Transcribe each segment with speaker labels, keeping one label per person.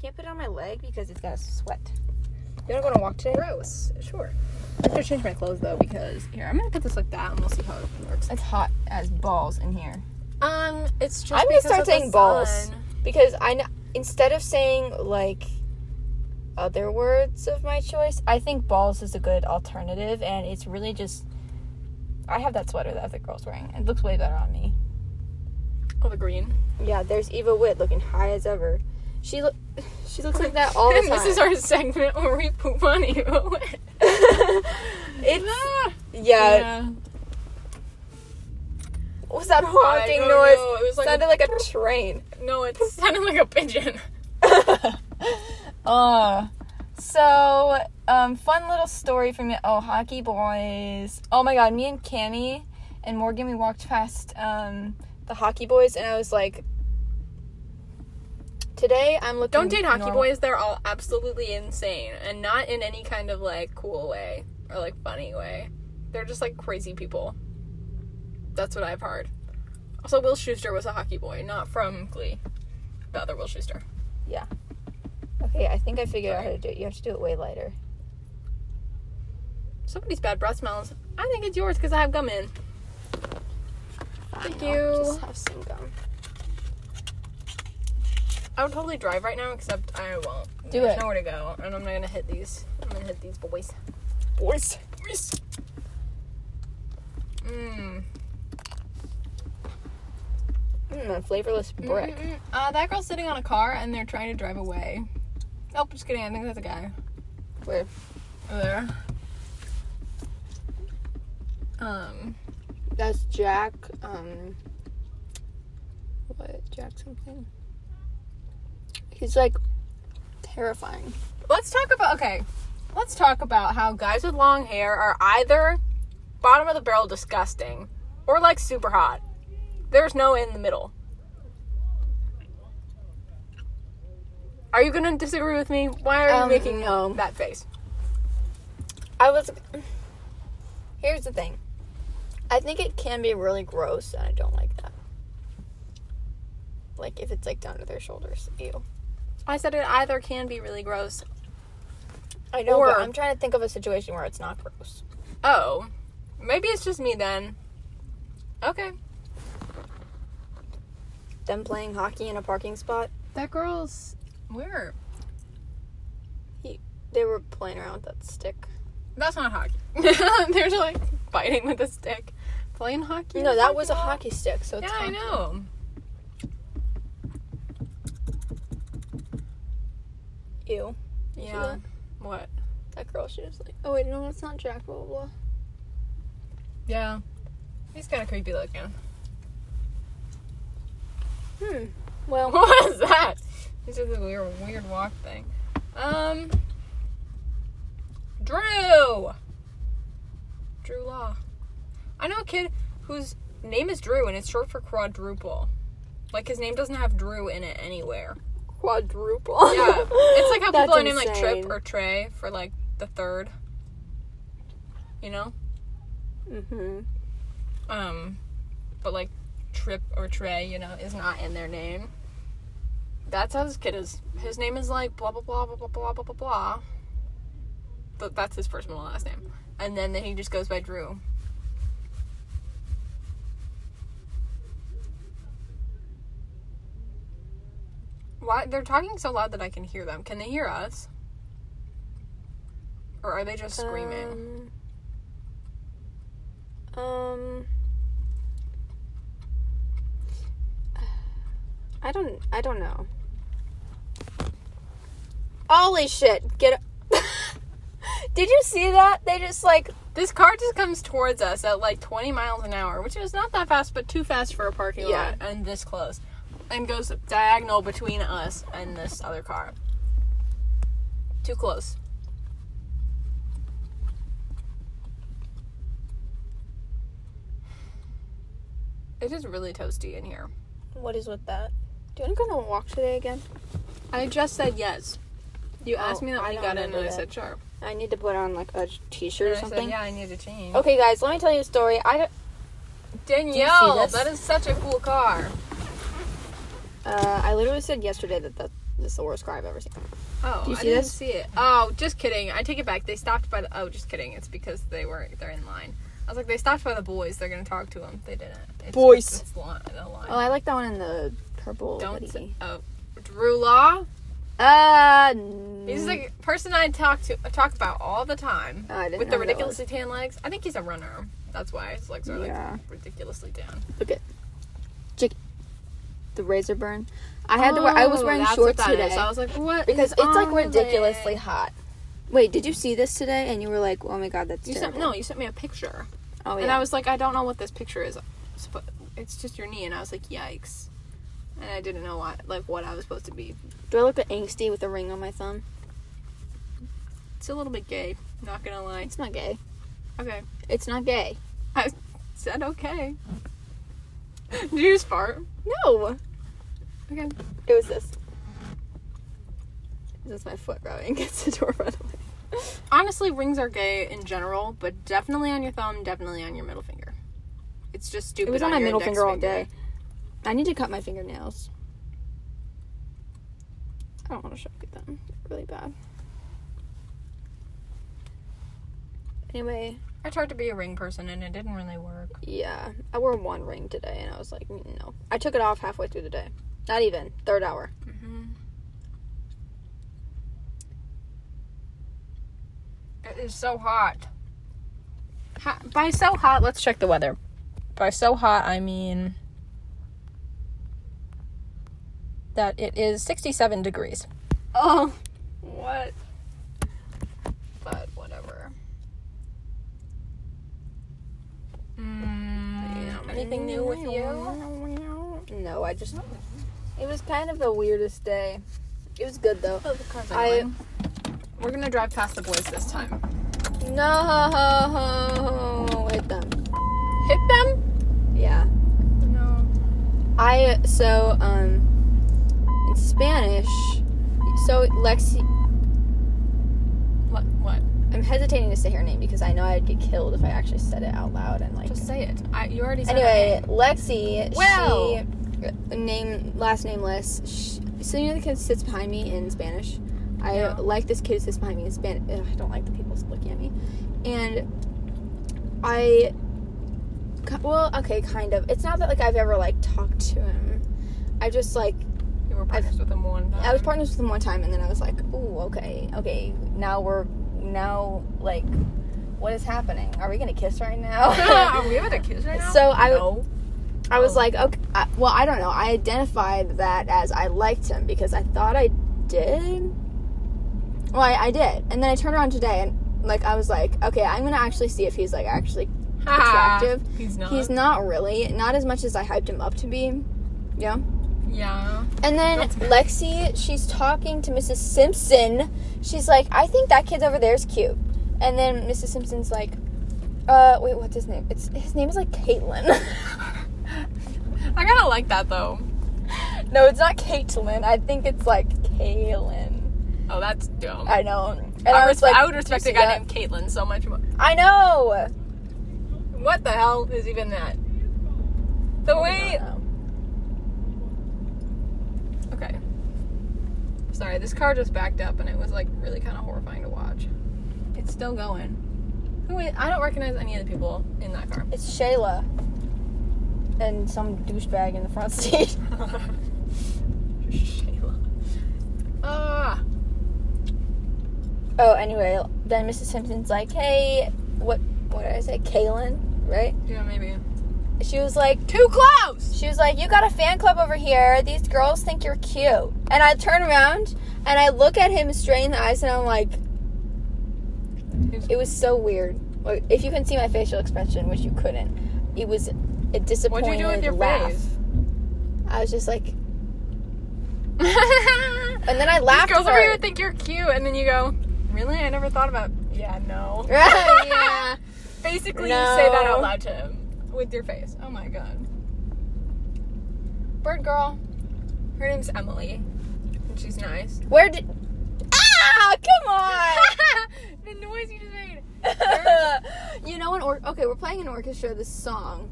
Speaker 1: Can't put it on my leg because it's gonna sweat. You wanna go on a walk today?
Speaker 2: Gross. Sure. I should change my clothes though because here I'm gonna put this like that and we'll see how it works.
Speaker 1: It's hot as balls in here.
Speaker 2: Um, it's just
Speaker 1: I'm gonna
Speaker 2: because
Speaker 1: start
Speaker 2: of the
Speaker 1: saying balls.
Speaker 2: sun.
Speaker 1: Because I kn- instead of saying like other words of my choice, I think balls is a good alternative, and it's really just. I have that sweater that the girl's wearing. It looks way better on me.
Speaker 2: Oh, the green.
Speaker 1: Yeah, there's Eva Witt looking high as ever. She look, she looks like that all the time.
Speaker 2: and this is our segment where we poop on you. Ah,
Speaker 1: it's yeah, What was that honking
Speaker 2: don't
Speaker 1: noise?
Speaker 2: know. It was like
Speaker 1: sounded like a train.
Speaker 2: No, it sounded like a pigeon.
Speaker 1: uh, so um, fun little story from oh hockey boys. Oh my god, me and Cammy and Morgan we walked past um, the hockey boys and I was like, today I'm looking.
Speaker 2: Don't date hockey
Speaker 1: normal."
Speaker 2: boys. They're all absolutely insane and not in any kind of like cool way or like funny way. They're just like crazy people. That's what I've heard. Also, Will Schuster was a hockey boy, not from Glee. The other Will Schuster.
Speaker 1: Okay, I think I figured out how to do it. You have to do it way lighter.
Speaker 2: Somebody's bad breath smells. I think it's yours because I have gum in. Thank
Speaker 1: Fine, I'll
Speaker 2: you.
Speaker 1: Just have some gum.
Speaker 2: I would totally drive right now, except I won't.
Speaker 1: Do
Speaker 2: There's
Speaker 1: it.
Speaker 2: nowhere to go, and I'm not gonna hit these. I'm gonna hit these boys.
Speaker 1: Boys.
Speaker 2: Boys. Mmm.
Speaker 1: Mm, a flavorless brick.
Speaker 2: Mm-mm-mm. Uh, that girl's sitting on a car and they're trying to drive away. Oh, just kidding. I think that's a guy.
Speaker 1: Where?
Speaker 2: Over there. Um,
Speaker 1: That's Jack. Um, what Jack something? He's like terrifying.
Speaker 2: let's talk about. Okay, let's talk about how guys with long hair are either bottom of the barrel disgusting or like super hot. There's no in the middle. Are you gonna disagree with me? Why are
Speaker 1: Um,
Speaker 2: you making
Speaker 1: no.
Speaker 2: that face?
Speaker 1: I was. Here's the thing. I think it can be really gross, and I don't like that. Like if it's like down to their shoulders. Ew.
Speaker 2: I said it either can be really gross.
Speaker 1: I know,
Speaker 2: Or-
Speaker 1: but I'm trying to think of a situation where it's not gross.
Speaker 2: Oh, maybe it's just me then. Okay.
Speaker 1: Them playing hockey in a parking spot.
Speaker 2: That girl's where?
Speaker 1: They were playing around with that stick.
Speaker 2: That's not hockey. They're just like biting with a stick, playing hockey.
Speaker 1: No, that was a
Speaker 2: ball.
Speaker 1: hockey stick. So it's
Speaker 2: Yeah, I
Speaker 1: hockey.
Speaker 2: know.
Speaker 1: Ew.
Speaker 2: Yeah. What?
Speaker 1: That girl. She was like, oh wait, no, it's not Jack. Blah blah. blah.
Speaker 2: Yeah. He's kind of creepy looking.
Speaker 1: Hmm. Well,
Speaker 2: What was that? This is a weird, weird walk thing. Um. Drew. Drew Law. I know a kid whose name is Drew, and it's short for quadruple. Like his name doesn't have Drew in it anywhere.
Speaker 1: quadruple.
Speaker 2: Yeah. It's like how
Speaker 1: That's
Speaker 2: people are named like
Speaker 1: insane.
Speaker 2: Trip or Trey for like the third. You know?
Speaker 1: Mhm.
Speaker 2: Um but like Trip or Trey, you know, is not in their name. That's how this kid is. His name is like blah blah blah blah blah blah blah blah blah. But that's his first and last name. And then, then he just goes by Drew. Why they're talking so loud that I can hear them. Can they hear us? Or are they just screaming?
Speaker 1: Um. um, I don't. I don't know. Holy shit! Get. Did you see that? They just like
Speaker 2: This car just comes towards us at like 20 miles an hour, which is not that fast, but too fast for a parking
Speaker 1: Yeah.
Speaker 2: lot and this close. And goes diagonal between us and this other car. Too close. It is really toasty in here.
Speaker 1: what is with that? Do you want to go on a walk today again?
Speaker 2: I just said yes. You asked
Speaker 1: Oh,
Speaker 2: me that
Speaker 1: I
Speaker 2: when you
Speaker 1: don't
Speaker 2: got in, and
Speaker 1: remember
Speaker 2: I
Speaker 1: that.
Speaker 2: said sure.
Speaker 1: I need to put on like a t-shirt
Speaker 2: And
Speaker 1: or
Speaker 2: I said,
Speaker 1: something.
Speaker 2: yeah, I need to change.
Speaker 1: Okay, guys, let me tell you a story. I don't.
Speaker 2: Danielle,
Speaker 1: this?
Speaker 2: that is such a cool car.
Speaker 1: Uh, I literally said yesterday that that This is the worst car I've ever seen.
Speaker 2: Oh,
Speaker 1: Do you
Speaker 2: I
Speaker 1: see
Speaker 2: didn't
Speaker 1: this?
Speaker 2: see it. Oh, just kidding. I take it back. They stopped by the. Oh, just kidding. It's because they were they're in line. I was like, they stopped by the boys. They're gonna talk to them. They didn't. It's
Speaker 1: Boys.
Speaker 2: just This line, the line.
Speaker 1: Oh, I like that one in the purple.
Speaker 2: Don't.
Speaker 1: hoodie.
Speaker 2: Say, oh, Drew Law.
Speaker 1: Uh,
Speaker 2: He's the person I talk to. I talk about all the time.
Speaker 1: Oh, I didn't
Speaker 2: with
Speaker 1: know who
Speaker 2: the
Speaker 1: that
Speaker 2: ridiculously tan legs. I think he's a runner. That's why his legs are
Speaker 1: Yeah.
Speaker 2: like ridiculously tan.
Speaker 1: look at Chick- the razor burn. I had to wear. I was
Speaker 2: Oh,
Speaker 1: wearing
Speaker 2: that's
Speaker 1: shorts
Speaker 2: what that
Speaker 1: today
Speaker 2: is. I was like, what?
Speaker 1: because
Speaker 2: is
Speaker 1: it's like
Speaker 2: on your
Speaker 1: ridiculously
Speaker 2: leg?
Speaker 1: hot. Wait, did you see this today? And you were like, "Oh my god, that's
Speaker 2: You sent
Speaker 1: terrible."
Speaker 2: no. You sent me a picture.
Speaker 1: oh yeah.
Speaker 2: And I was like, I don't know what this picture is. It's sp- It's just your knee. And I was like, yikes. And I didn't know what, like, what I was supposed to be.
Speaker 1: Do I look angsty with a ring on my thumb?
Speaker 2: It's a little bit gay. Not gonna lie.
Speaker 1: It's not gay.
Speaker 2: Okay.
Speaker 1: It's not gay.
Speaker 2: I said okay. Did you just fart?
Speaker 1: No,
Speaker 2: Okay.
Speaker 1: it was this. This is my foot rubbing against the door. By the way.
Speaker 2: Honestly, rings are gay in general, but definitely on your thumb, definitely on your middle finger. It's just stupid.
Speaker 1: It was on my
Speaker 2: your
Speaker 1: middle
Speaker 2: index
Speaker 1: finger all day. I need to cut my fingernails. I don't want to show you them. They're really bad. Anyway,
Speaker 2: I tried to be a ring person and it didn't really work.
Speaker 1: yeah. I wore one ring today and I was like, "Mm, no. I took it off halfway through the day. Not even. Third hour.
Speaker 2: Mm-hmm. It is so hot. Ha- By so hot, let's check the weather. By so hot, I mean that it is 67 degrees.
Speaker 1: Oh.
Speaker 2: What? But whatever. Mm, anything new with you?
Speaker 1: No, I just. It was kind of the weirdest day. It was good though.
Speaker 2: Oh, I. We're gonna drive past the boys this time.
Speaker 1: No, wait them.
Speaker 2: Hit them?
Speaker 1: Yeah.
Speaker 2: No.
Speaker 1: I so um in Spanish. So Lexi,
Speaker 2: What? What?
Speaker 1: I'm hesitating to say her name because I know I'd get killed if I actually said it out loud and like.
Speaker 2: Just say it. I, you already said
Speaker 1: anyway, Lexi.
Speaker 2: Well.
Speaker 1: She, name last nameless. She, so you know the kid sits behind me in Spanish. I
Speaker 2: Yeah.
Speaker 1: like this kid who sits behind me in Spanish. I don't like the people looking at me, and I. ki- Well, okay, kind of. It's not that like I've ever like talked to him. I just like
Speaker 2: it. You were partners with them one time.
Speaker 1: I was partners with him one time, and then I was like, "Ooh, okay, okay. Now we're now like, what is happening? Are we gonna kiss right
Speaker 2: Are
Speaker 1: now?"
Speaker 2: we having a kiss right now?
Speaker 1: So I-
Speaker 2: No.
Speaker 1: I was like, "Okay, I, well, I don't know." I identified that as I liked him because I thought I did. Well, I, I did, and then I turned around today, and like I was like, "Okay, I'm gonna actually see if he's like actually
Speaker 2: Ha.
Speaker 1: attractive.
Speaker 2: He's not.
Speaker 1: he's not really not as much as I hyped him up to be." Yeah.
Speaker 2: Yeah.
Speaker 1: And then
Speaker 2: That's bad.
Speaker 1: Lexi, she's talking to Mrs. Simpson. She's like, I think that kid over there is cute. And then Mrs. Simpson's like, uh, wait, what's his name? It's his name is like Caitlin.
Speaker 2: I gotta like that though.
Speaker 1: no, it's not Caitlin. I think it's like Kaylin.
Speaker 2: Oh, that's dumb.
Speaker 1: I know. And
Speaker 2: I,
Speaker 1: I, was
Speaker 2: respe-
Speaker 1: like,
Speaker 2: I would respect
Speaker 1: "You
Speaker 2: a
Speaker 1: see
Speaker 2: guy
Speaker 1: that?"
Speaker 2: named Caitlin so much more.
Speaker 1: I know.
Speaker 2: What the hell is even that? The
Speaker 1: I
Speaker 2: way.
Speaker 1: don't know.
Speaker 2: Okay. Sorry, this car just backed up and it was like really kind of horrifying to watch. It's still going. Who is, I don't recognize any of the people in that car.
Speaker 1: It's Shayla. And some douchebag in the front seat.
Speaker 2: Shayla. Ah.
Speaker 1: oh, anyway, then Mrs. Simpson's like, hey, what, what did I say? Kaylin, right?
Speaker 2: Yeah, maybe.
Speaker 1: She was like,
Speaker 2: Too close.
Speaker 1: She was like, You got a fan club over here. These girls think you're cute. And I turn around and I look at him straight in the eyes and I'm like, It was so weird. Like, If you can see my facial expression, which you couldn't, it was a disappointed
Speaker 2: What'd you do with your
Speaker 1: laugh.
Speaker 2: face?
Speaker 1: I was just like,
Speaker 2: and
Speaker 1: And then I laughed.
Speaker 2: girls over
Speaker 1: hard.
Speaker 2: here think you're cute, and then you go, "Really? I never thought about." Yeah, no.
Speaker 1: yeah.
Speaker 2: Basically, you say that
Speaker 1: No.
Speaker 2: out loud to him with your face. Oh my god. Bird girl. Her name's Emily, and she's nice.
Speaker 1: Where did. Ah, come on!
Speaker 2: the noise you just made.
Speaker 1: you know, an or- okay, we're playing an orchestra this song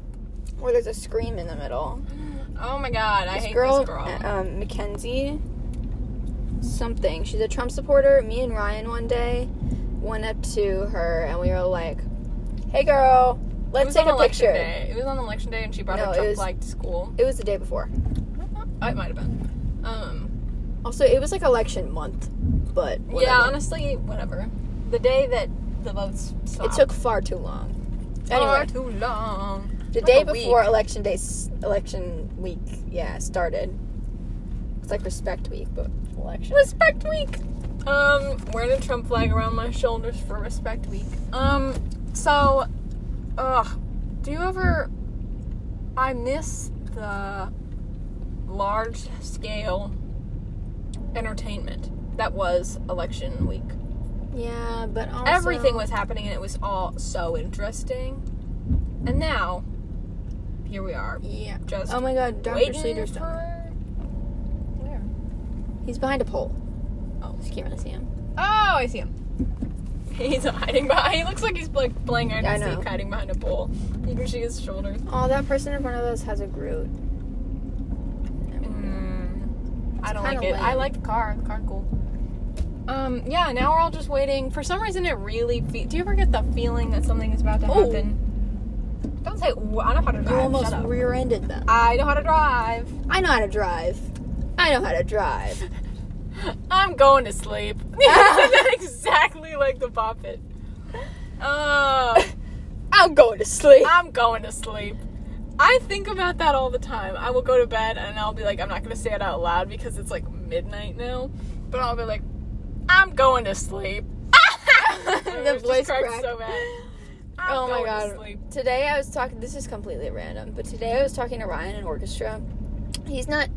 Speaker 1: where there's a scream in the middle.
Speaker 2: Oh my god, I
Speaker 1: this
Speaker 2: hate
Speaker 1: girl,
Speaker 2: this girl.
Speaker 1: uh, um, Mackenzie. something. She's a Trump supporter. Me and Ryan one day went up to her and we were like, "Hey, girl,
Speaker 2: It
Speaker 1: let's
Speaker 2: was
Speaker 1: take
Speaker 2: on
Speaker 1: a
Speaker 2: election
Speaker 1: picture."
Speaker 2: Day. It was on election day, and she brought
Speaker 1: No,
Speaker 2: her
Speaker 1: it
Speaker 2: Trump
Speaker 1: was-
Speaker 2: flag to school.
Speaker 1: It was the day before.
Speaker 2: Oh, it might have been. Um,
Speaker 1: Also, it was like election month, but
Speaker 2: yeah,
Speaker 1: whatever.
Speaker 2: honestly, whatever. The day that the votes stopped.
Speaker 1: it took far too long.
Speaker 2: far
Speaker 1: Anyway,
Speaker 2: too long.
Speaker 1: the
Speaker 2: like
Speaker 1: day
Speaker 2: a week.
Speaker 1: before election day, s- election week, yeah, started. It's like respect week, but election.
Speaker 2: Respect week. Um, wearing a Trump flag around my shoulders for respect week. Um, so, ugh, do you ever? I miss the large scale entertainment that was election week.
Speaker 1: Yeah, but also,
Speaker 2: Everything was happening, and it was all so interesting. And now, here we are,
Speaker 1: Yeah.
Speaker 2: just
Speaker 1: Oh my God, Dr.
Speaker 2: waiting
Speaker 1: Sleater's done.
Speaker 2: for. Where?
Speaker 1: He's behind a pole.
Speaker 2: Oh.
Speaker 1: Just can't really see him.
Speaker 2: Oh, I see him. He's hiding behind. He looks like he's like playing hide
Speaker 1: I
Speaker 2: and
Speaker 1: know.
Speaker 2: seek, hiding behind a pole. You can see his shoulders.
Speaker 1: Oh, that person in front of us has a Groot.
Speaker 2: Mm. I don't
Speaker 1: kinda
Speaker 2: like it. I
Speaker 1: lame.
Speaker 2: like the car. The car's cool. Um, yeah. Now we're all just waiting. For some reason, it really. Fe- Do you ever get the feeling that something is about to
Speaker 1: Ooh.
Speaker 2: happen? Don't say. "Ooh," I know how to drive.
Speaker 1: You almost
Speaker 2: Shut up.
Speaker 1: rear-ended them.
Speaker 2: I know how to drive.
Speaker 1: I know how to drive. I know how to drive.
Speaker 2: I'm going to sleep. You said that exactly like the Boppet. Oh,
Speaker 1: I'm going to sleep.
Speaker 2: I'm going to sleep. I think about that all the time. I will go to bed and I'll be like, I'm not going to say it out loud because it's like midnight now, but I'll be like, I'm going to sleep. It
Speaker 1: the
Speaker 2: just
Speaker 1: voice
Speaker 2: cracks
Speaker 1: cracked.
Speaker 2: so bad. I'm
Speaker 1: Oh my
Speaker 2: going
Speaker 1: God.
Speaker 2: To sleep.
Speaker 1: Today I was talking. This is completely random, but today I was talking to Ryan in orchestra. He's not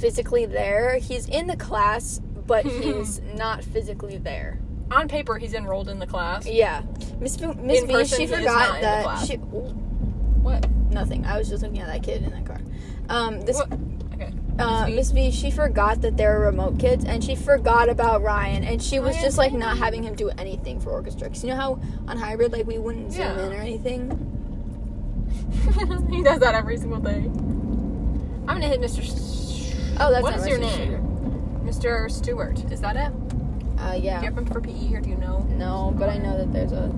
Speaker 1: physically there. He's in the class, but he's not physically there.
Speaker 2: On paper, he's enrolled in the class.
Speaker 1: Yeah, Miss V- Miss
Speaker 2: In
Speaker 1: V.
Speaker 2: person,
Speaker 1: she
Speaker 2: he is not
Speaker 1: forgot
Speaker 2: in the
Speaker 1: that
Speaker 2: class.
Speaker 1: she. ooh,
Speaker 2: What?
Speaker 1: Nothing. I was just looking at that kid in that car. Um, this
Speaker 2: What? Okay.
Speaker 1: uh,
Speaker 2: V?
Speaker 1: Miss V. She forgot that there were remote kids, and she forgot about Ryan, and she was
Speaker 2: Ryan's
Speaker 1: just like
Speaker 2: in.
Speaker 1: not having him do anything for orchestra. 'Cause you know how on hybrid, like we wouldn't zoom
Speaker 2: Yeah.
Speaker 1: in or anything.
Speaker 2: he does that every single day. I'm going to hit Mr. Sh-
Speaker 1: Oh, that's
Speaker 2: What
Speaker 1: not
Speaker 2: is
Speaker 1: right,
Speaker 2: your
Speaker 1: so she-
Speaker 2: name? Mr. Stewart. Is that it?
Speaker 1: Uh, yeah.
Speaker 2: Do you have him for PE or E do you know?
Speaker 1: No, but I know that there's a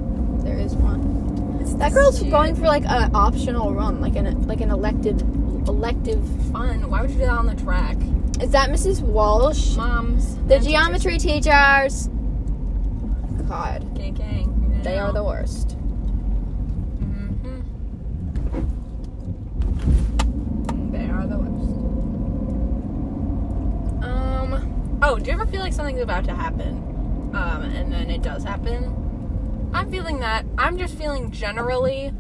Speaker 1: there is one.
Speaker 2: It's
Speaker 1: That girl's going for like an optional run, like an like an elected elective.
Speaker 2: fun. Why would you do that on the track?
Speaker 1: Is that Mrs. Walsh?
Speaker 2: Moms.
Speaker 1: The
Speaker 2: and
Speaker 1: geometry teachers. God,
Speaker 2: teachers. Gang, gang. you
Speaker 1: they
Speaker 2: know.
Speaker 1: are the worst.
Speaker 2: Mhm. They are the worst. Um. Oh, do you ever feel like something's about to happen, um, and then it does happen? I'm feeling that. I'm just feeling generally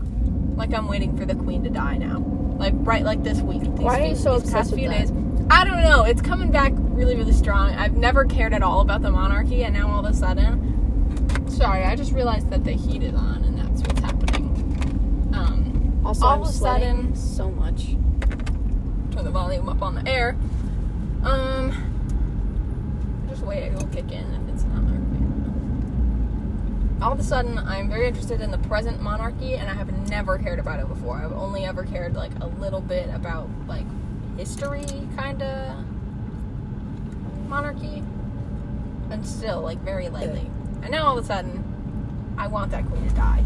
Speaker 2: like I'm waiting for the queen to die now. Like right, like this week. These
Speaker 1: Why are you
Speaker 2: few-
Speaker 1: so
Speaker 2: these
Speaker 1: obsessed
Speaker 2: past
Speaker 1: with
Speaker 2: few
Speaker 1: that?
Speaker 2: days. I don't know. It's coming back really, really strong. I've never cared at all about the monarchy, and now all of a sudden, sorry, I just realized that the heat is on, and that's what's happening. Um,
Speaker 1: Also,
Speaker 2: All
Speaker 1: I'm
Speaker 2: of a
Speaker 1: sweating so much.
Speaker 2: turn the volume up on the air. Um, just wait, it will kick in if it's not already. All of a sudden, I'm very interested in the present monarchy, and I have never cared about it before. I've only ever cared like a little bit about like history, kind of monarchy, and still like very lightly. And now all of a sudden, I want that queen to die.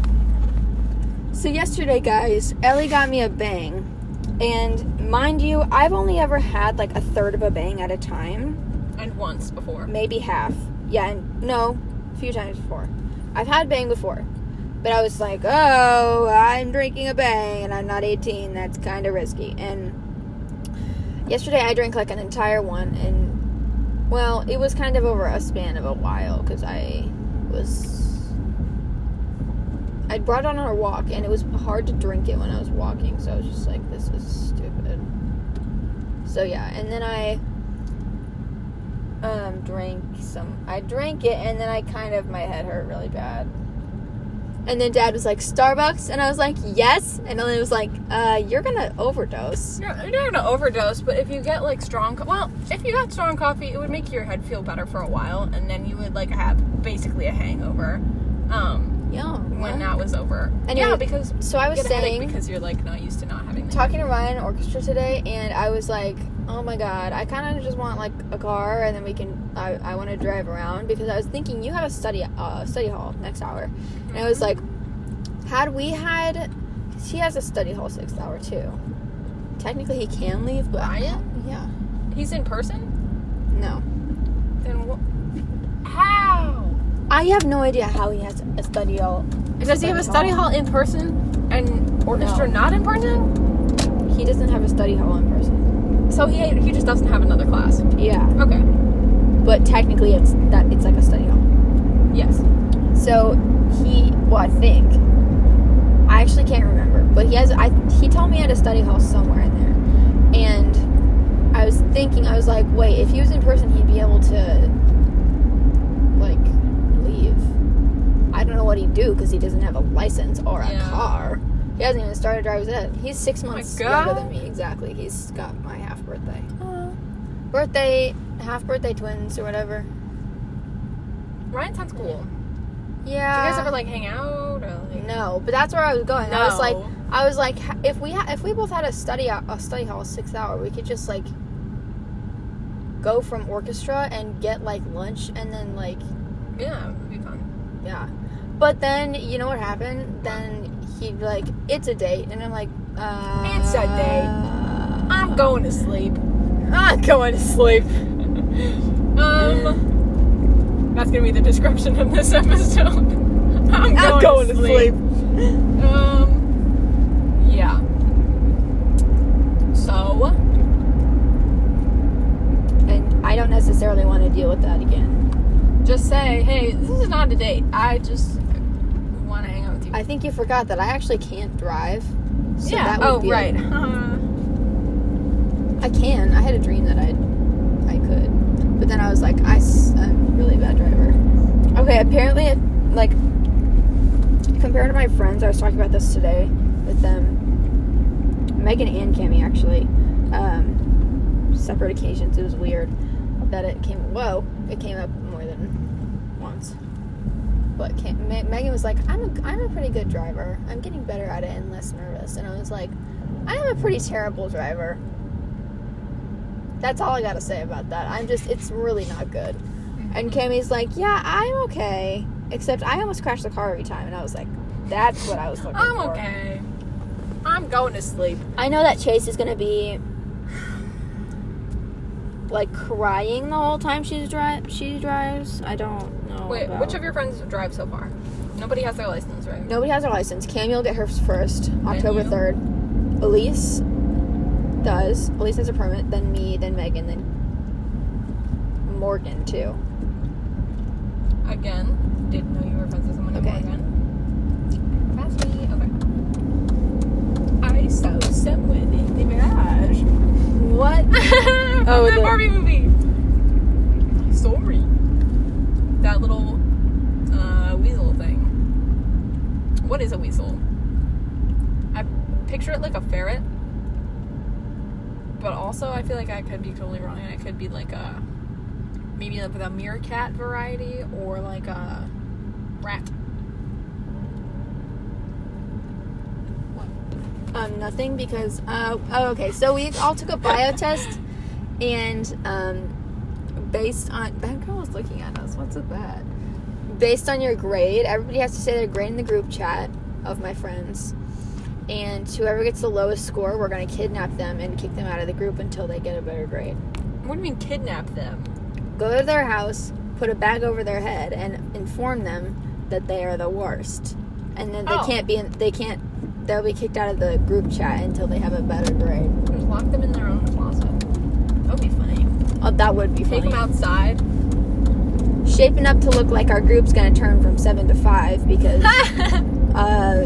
Speaker 1: So yesterday, guys, Ellie got me a bang, and mind you, I've only ever had like a third of a bang at a time.
Speaker 2: And once before,
Speaker 1: maybe half. Yeah, and no, a few times before. I've had bang before, but I was like, oh, I'm drinking a bang and I'm not 18. That's kind of risky. And yesterday I drank like an entire one, and well, it was kind of over a span of a while because I was. I brought it on a walk, and it was hard to drink it when I was walking, so I was just like, this is stupid. So yeah, and then I um drank some I drank it and then I kind of my head hurt really bad. And then dad was like Starbucks and I was like yes and Ellen was like uh you're going to overdose.
Speaker 2: You're you're not gonna overdose, but if you get like strong, co- well, if you got strong coffee, it would make your head feel better for a while, and then you would like have basically a hangover um,
Speaker 1: Yeah.
Speaker 2: when that was over.
Speaker 1: Anyway,
Speaker 2: yeah, because
Speaker 1: So I
Speaker 2: you
Speaker 1: was
Speaker 2: get a headache
Speaker 1: saying
Speaker 2: because you're like not used to not having. That.
Speaker 1: talking to Ryan in orchestra today and I was like oh my god, I kind of just want like a car, and then we can. I, I want to drive around because I was thinking you have a study uh, study hall next hour, and I was like, had we had, cause he has a study hall sixth hour too. Technically, he can leave, but
Speaker 2: Ryan?
Speaker 1: yeah,
Speaker 2: He's in person?
Speaker 1: no,
Speaker 2: Then what? How?
Speaker 1: I have no idea how he has a study hall.
Speaker 2: Does he have a study hall in person and orchestra
Speaker 1: No.
Speaker 2: not in person?
Speaker 1: He doesn't have a study hall in person.
Speaker 2: So he he just doesn't have another class.
Speaker 1: Yeah,
Speaker 2: Okay.
Speaker 1: but technically, it's that it's like a study hall.
Speaker 2: Yes.
Speaker 1: So he, well, I think I actually can't remember, but he has. I he told me he had a study hall somewhere in there, and I was thinking, I was like, wait, if he was in person, he'd be able to like leave. I don't know what he'd do because he doesn't have a license or a
Speaker 2: Yeah. Oh
Speaker 1: car. He hasn't even started driver's ed. He's six
Speaker 2: my
Speaker 1: months
Speaker 2: God.
Speaker 1: younger than me. Exactly. He's got my half birthday, birthday, half birthday twins or whatever.
Speaker 2: Ryan sounds cool. Do
Speaker 1: Yeah.
Speaker 2: you guys ever like hang out or like?
Speaker 1: No, but that's where I was going. I was like,
Speaker 2: No.
Speaker 1: I was like, h- if we ha- if we both had a study ho- a study hall sixth hour, we could just like go from orchestra and get like lunch and then like
Speaker 2: Yeah, it would be fun.
Speaker 1: yeah. But then you know what happened? Then he'd be like, it's a date, and I'm like, uh,
Speaker 2: It's a date. I'm going to sleep.
Speaker 1: I'm going to sleep.
Speaker 2: Um, that's gonna be the description of this episode. I'm going,
Speaker 1: I'm going to sleep.
Speaker 2: Um, yeah. So
Speaker 1: And I don't necessarily want to deal with that again.
Speaker 2: just say, hey, this is not a date. I just want to hang out with you.
Speaker 1: I think you forgot that I actually can't drive. So
Speaker 2: yeah.
Speaker 1: That would
Speaker 2: oh,
Speaker 1: be a-
Speaker 2: right. Huh.
Speaker 1: I can. I had a dream that I, I could, but then I was like, I, am a really bad driver. Okay, apparently, it, like, compared to my friends, I was talking about this today with them, Megan and Cami actually, um, separate occasions. It was weird that it came. Whoa, it came up more than once. But Cam, Me- Megan was like, I'm a, I'm a pretty good driver. I'm getting better at it and less nervous. And I was like, I am a pretty terrible driver. That's all I gotta say about that. I'm just, it's really not good. And Cammy's like, yeah, I'm okay. Except I almost crashed the car every time. And I was like, that's what I was looking
Speaker 2: I'm
Speaker 1: for.
Speaker 2: okay. I'm going to sleep.
Speaker 1: I know that Chase is gonna be like crying the whole time she's dri- she drives. I don't know.
Speaker 2: Wait,
Speaker 1: about-
Speaker 2: which of your friends drive so far? Nobody has their license, right?
Speaker 1: Nobody has a license. Cammy will get hers first, October
Speaker 2: you?
Speaker 1: third. Elise does. Elise has a permit. Then me. Then Megan. Then Morgan too.
Speaker 2: Again, didn't know you were friends with someone named
Speaker 1: Okay.
Speaker 2: Morgan. Fascinating. Okay. I saw someone in the mirage.
Speaker 1: What?
Speaker 2: From
Speaker 1: Oh,
Speaker 2: that
Speaker 1: the-
Speaker 2: Barbie movie. Sorry. That little uh, weasel thing. What is a weasel? I picture it like a ferret. But also, I feel like I could be totally wrong. and It could be like a maybe like the meerkat variety or like a rat.
Speaker 1: Um, nothing because uh, oh, okay. So we all took a bio test, and um, based on that girl was looking at us. What's with that? Based on your grade, everybody has to say their grade in the group chat of my friends, and whoever gets the lowest score, we're gonna kidnap them and kick them out of the group until they get a better grade.
Speaker 2: What do you mean kidnap them?
Speaker 1: Go to their house, put a bag over their head, and inform them that they are the worst, and then they
Speaker 2: Oh.
Speaker 1: can't be. In, they can't. They'll be kicked out of the group chat until they have a better grade.
Speaker 2: Just lock them in their own closet. That would be funny.
Speaker 1: Oh, that would be
Speaker 2: Take them
Speaker 1: funny.
Speaker 2: outside.
Speaker 1: Shaping up to look like our group's gonna turn from seven to five because uh,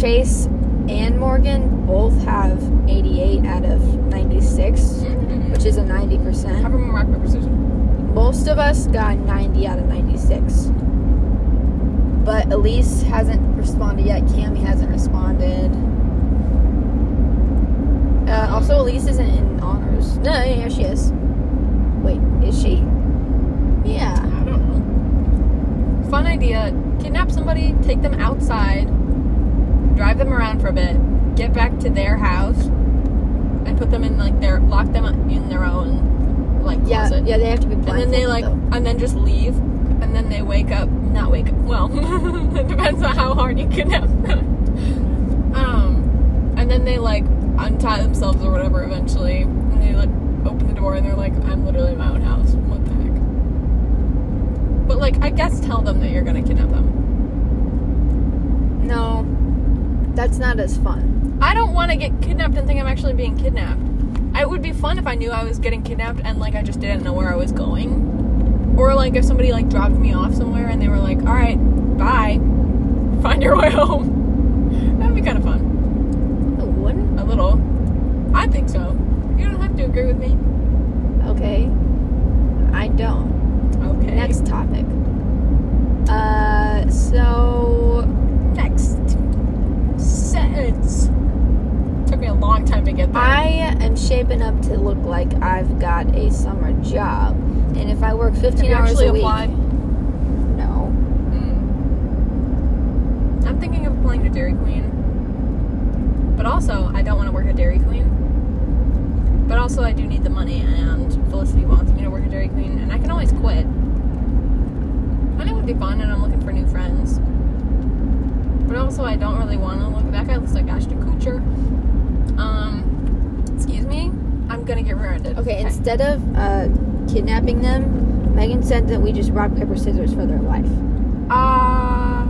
Speaker 1: Chase and Morgan both have 88 out of 96,
Speaker 2: Have
Speaker 1: which is a 90%.
Speaker 2: a rock paper scissors.
Speaker 1: Most of us got 90 out of 96. But Elise hasn't responded yet. Cammy hasn't responded. Uh, also, Elise isn't in honors. No, yeah, yeah, she is. Wait, is she? Yeah.
Speaker 2: I don't know. Fun idea. Kidnap somebody, take them outside, drive them around for a bit, get back to their house, and put them in like their lock them in their own like
Speaker 1: Yeah,
Speaker 2: closet.
Speaker 1: yeah, they have to be blindfolded.
Speaker 2: And then they like
Speaker 1: though.
Speaker 2: and then just leave and then they wake up not wake up well it depends on how hard you kidnap them. Um and then they like untie themselves or whatever eventually and they like open the door and they're like, I'm literally in my own house. What the heck? But like I guess tell them that you're gonna kidnap them.
Speaker 1: No, that's not as fun.
Speaker 2: I don't wanna get kidnapped and think I'm actually being kidnapped. It would be fun if I knew I was getting kidnapped and like I just didn't know where I was going. or like if somebody like dropped me off somewhere and they were like, "All right, bye, find your way home." That'd be kind of fun.
Speaker 1: It wouldn't.
Speaker 2: A little, I think so. You don't have to agree with me.
Speaker 1: Okay. I don't.
Speaker 2: Okay.
Speaker 1: Next topic. Uh, so
Speaker 2: next sentence. Took me a long time to get there.
Speaker 1: I am shaping up to look like I've got a summer job, and if I work
Speaker 2: Have
Speaker 1: 15
Speaker 2: you
Speaker 1: hours
Speaker 2: actually
Speaker 1: a week,
Speaker 2: applied?
Speaker 1: no,
Speaker 2: Mm. I'm thinking of applying to Dairy Queen, but also I don't want to work at Dairy Queen. But also I do need the money, and Felicity wants me to work at Dairy Queen, and I can always quit. And it would be fun, and I'm looking for new friends. But also I don't really want to look. That guy looks like Ashton Kutcher. Um, excuse me. I'm gonna get rear-ended.
Speaker 1: okay, Instead of uh, kidnapping them, Megan said that we just rock paper scissors for their life.
Speaker 2: Uh,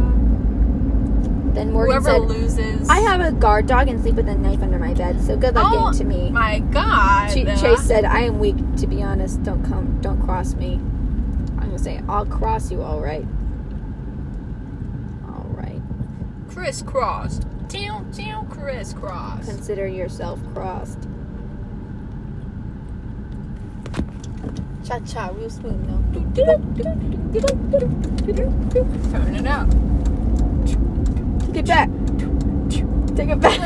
Speaker 1: Then Morgan
Speaker 2: whoever
Speaker 1: said,
Speaker 2: loses.
Speaker 1: "I have a guard dog and sleep with a knife under my bed, so good luck
Speaker 2: Oh,
Speaker 1: getting to me."
Speaker 2: My God.
Speaker 1: Ch- Chase said, "I am weak. To be honest, don't come, don't cross me." I'm gonna say, "I'll cross you, all right." All right.
Speaker 2: crisscross. Teal, teal, crisscross.
Speaker 1: Consider yourself crossed. Cha cha, real smooth now.
Speaker 2: Turn it up.
Speaker 1: Take it back. Take it back.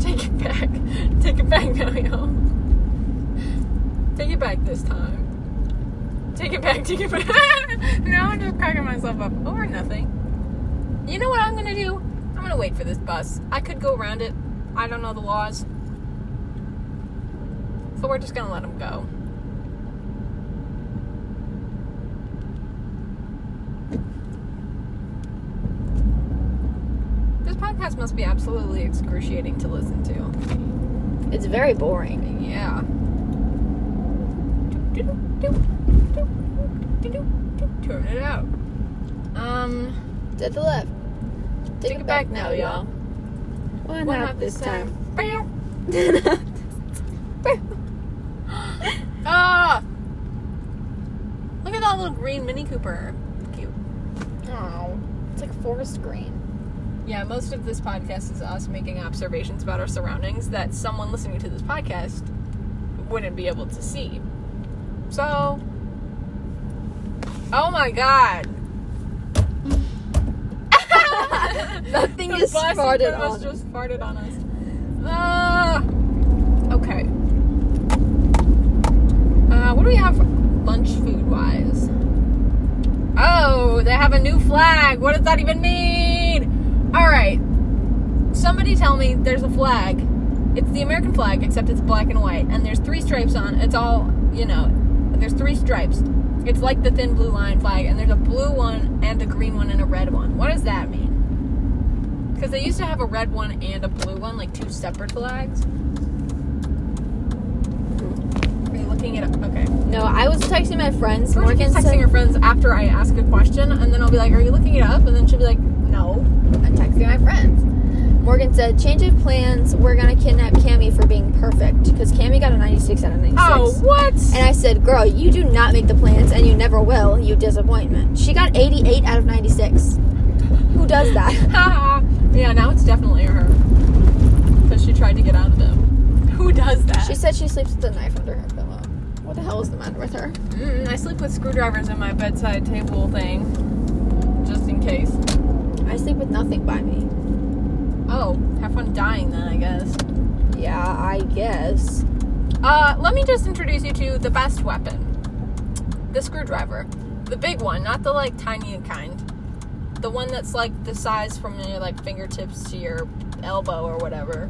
Speaker 2: Take it back. Take it back now, y'all. Take it back this time. Take it back, take it back. now I'm just cracking myself up over nothing. You know what I'm gonna do? I'm gonna wait for this bus. I could go around it. I don't know the laws. So we're just gonna let them go. This podcast must be absolutely excruciating to listen to.
Speaker 1: it's very boring.
Speaker 2: Yeah. Turn it out. Um,
Speaker 1: To the left.
Speaker 2: take, it back, now, y'all.
Speaker 1: One,
Speaker 2: One
Speaker 1: up
Speaker 2: up
Speaker 1: this time.
Speaker 2: Bow. Ah! Look at that little green Mini Cooper. Cute.
Speaker 1: Oh, it's like forest green.
Speaker 2: Yeah, most of this podcast is us making observations about our surroundings that someone listening to this podcast wouldn't be able to see. So, oh my god.
Speaker 1: Nothing
Speaker 2: The
Speaker 1: is
Speaker 2: bus in front
Speaker 1: farted
Speaker 2: of us
Speaker 1: on.
Speaker 2: just farted on us. Ah. okay. Uh, what do we have lunch food wise? Oh, they have a new flag. What does that even mean? All right. Somebody tell me there's a flag. It's the American flag, except it's black and white, and there's three stripes on. It's all you know. There's three stripes. It's like the thin blue line flag, and there's a blue one and a green one and a red one. What does that mean? Because they used to have a red one and a blue one, like two separate flags. Are you looking at? Okay.
Speaker 1: No, I was texting my friends.
Speaker 2: We're
Speaker 1: Morgan
Speaker 2: texting
Speaker 1: said,
Speaker 2: her friends after I ask a question, and then I'll be like, "Are you looking it up?" And then she'll be like, "No."
Speaker 1: I'm texting my friends. Morgan said, change of plans. We're gonna kidnap Cammy for being perfect because Cammy got a 96 out of 96.
Speaker 2: Oh, what?
Speaker 1: And I said, girl, you do not make the plans, and you never will. You disappointment. She got 88 out of 96. Who does that?
Speaker 2: Haha. yeah, now it's definitely her. Because she tried to get out of them. Who does that?
Speaker 1: She said she sleeps with a knife under her pillow. What the hell is the matter with her?
Speaker 2: mm, I sleep with screwdrivers in my bedside table thing. Just in case.
Speaker 1: I sleep with nothing by me.
Speaker 2: Oh, have fun dying then, I guess.
Speaker 1: Yeah, I guess.
Speaker 2: Uh, let me just introduce you to the best weapon the screwdriver. The big one, not the like tiny kind. The one that's like the size from your like fingertips to your elbow or whatever.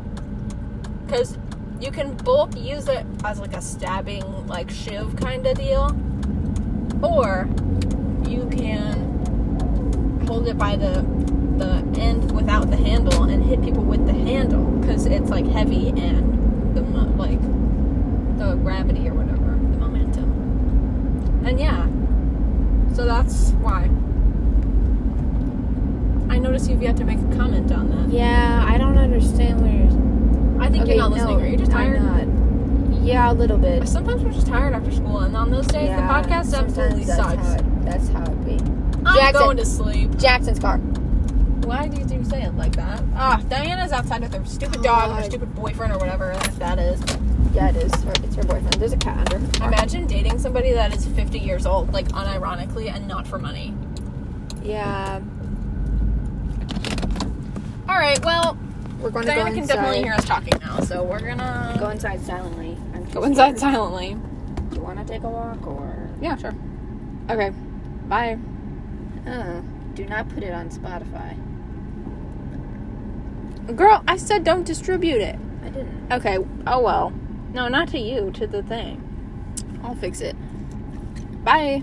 Speaker 2: because you can both use it as like a stabbing, like shiv kind of deal, or you can hold it by the the end without the handle and hit people with the handle because it's like heavy and the mo- like the gravity or whatever, the momentum, and yeah. So that's why. I notice you've yet to make a comment on that.
Speaker 1: Yeah, I don't understand what you're.
Speaker 2: I think you're not listening. or You're just tired.
Speaker 1: I'm not. Yeah, a little bit.
Speaker 2: Sometimes we're just tired after school, and on those days,
Speaker 1: Yeah,
Speaker 2: the podcast
Speaker 1: sometimes
Speaker 2: absolutely
Speaker 1: that's
Speaker 2: sucks.
Speaker 1: How it, that's how it be.
Speaker 2: I'm
Speaker 1: Jackson.
Speaker 2: going to sleep.
Speaker 1: Jackson's car.
Speaker 2: Why do you do say it like that? Ah, Diana's outside with her stupid dog and her
Speaker 1: God.
Speaker 2: stupid boyfriend or whatever that, that is.
Speaker 1: Yeah, it is. Her, it's her boyfriend. There's a cat under. her car.
Speaker 2: Imagine dating somebody that is 50 years old, like unironically and not for money.
Speaker 1: Yeah,
Speaker 2: All right, well,
Speaker 1: we're going to go
Speaker 2: Diana
Speaker 1: inside.
Speaker 2: can definitely hear us talking now, so we're gonna
Speaker 1: Go inside silently. I'm too
Speaker 2: go inside
Speaker 1: scared.
Speaker 2: silently.
Speaker 1: Do you want to take a walk or?
Speaker 2: Yeah, sure. Okay, bye.
Speaker 1: Uh, do not put it on Spotify.
Speaker 2: Girl, I said don't distribute it.
Speaker 1: I didn't.
Speaker 2: Okay. Oh well. No, not to you, to the thing. I'll fix it. Bye.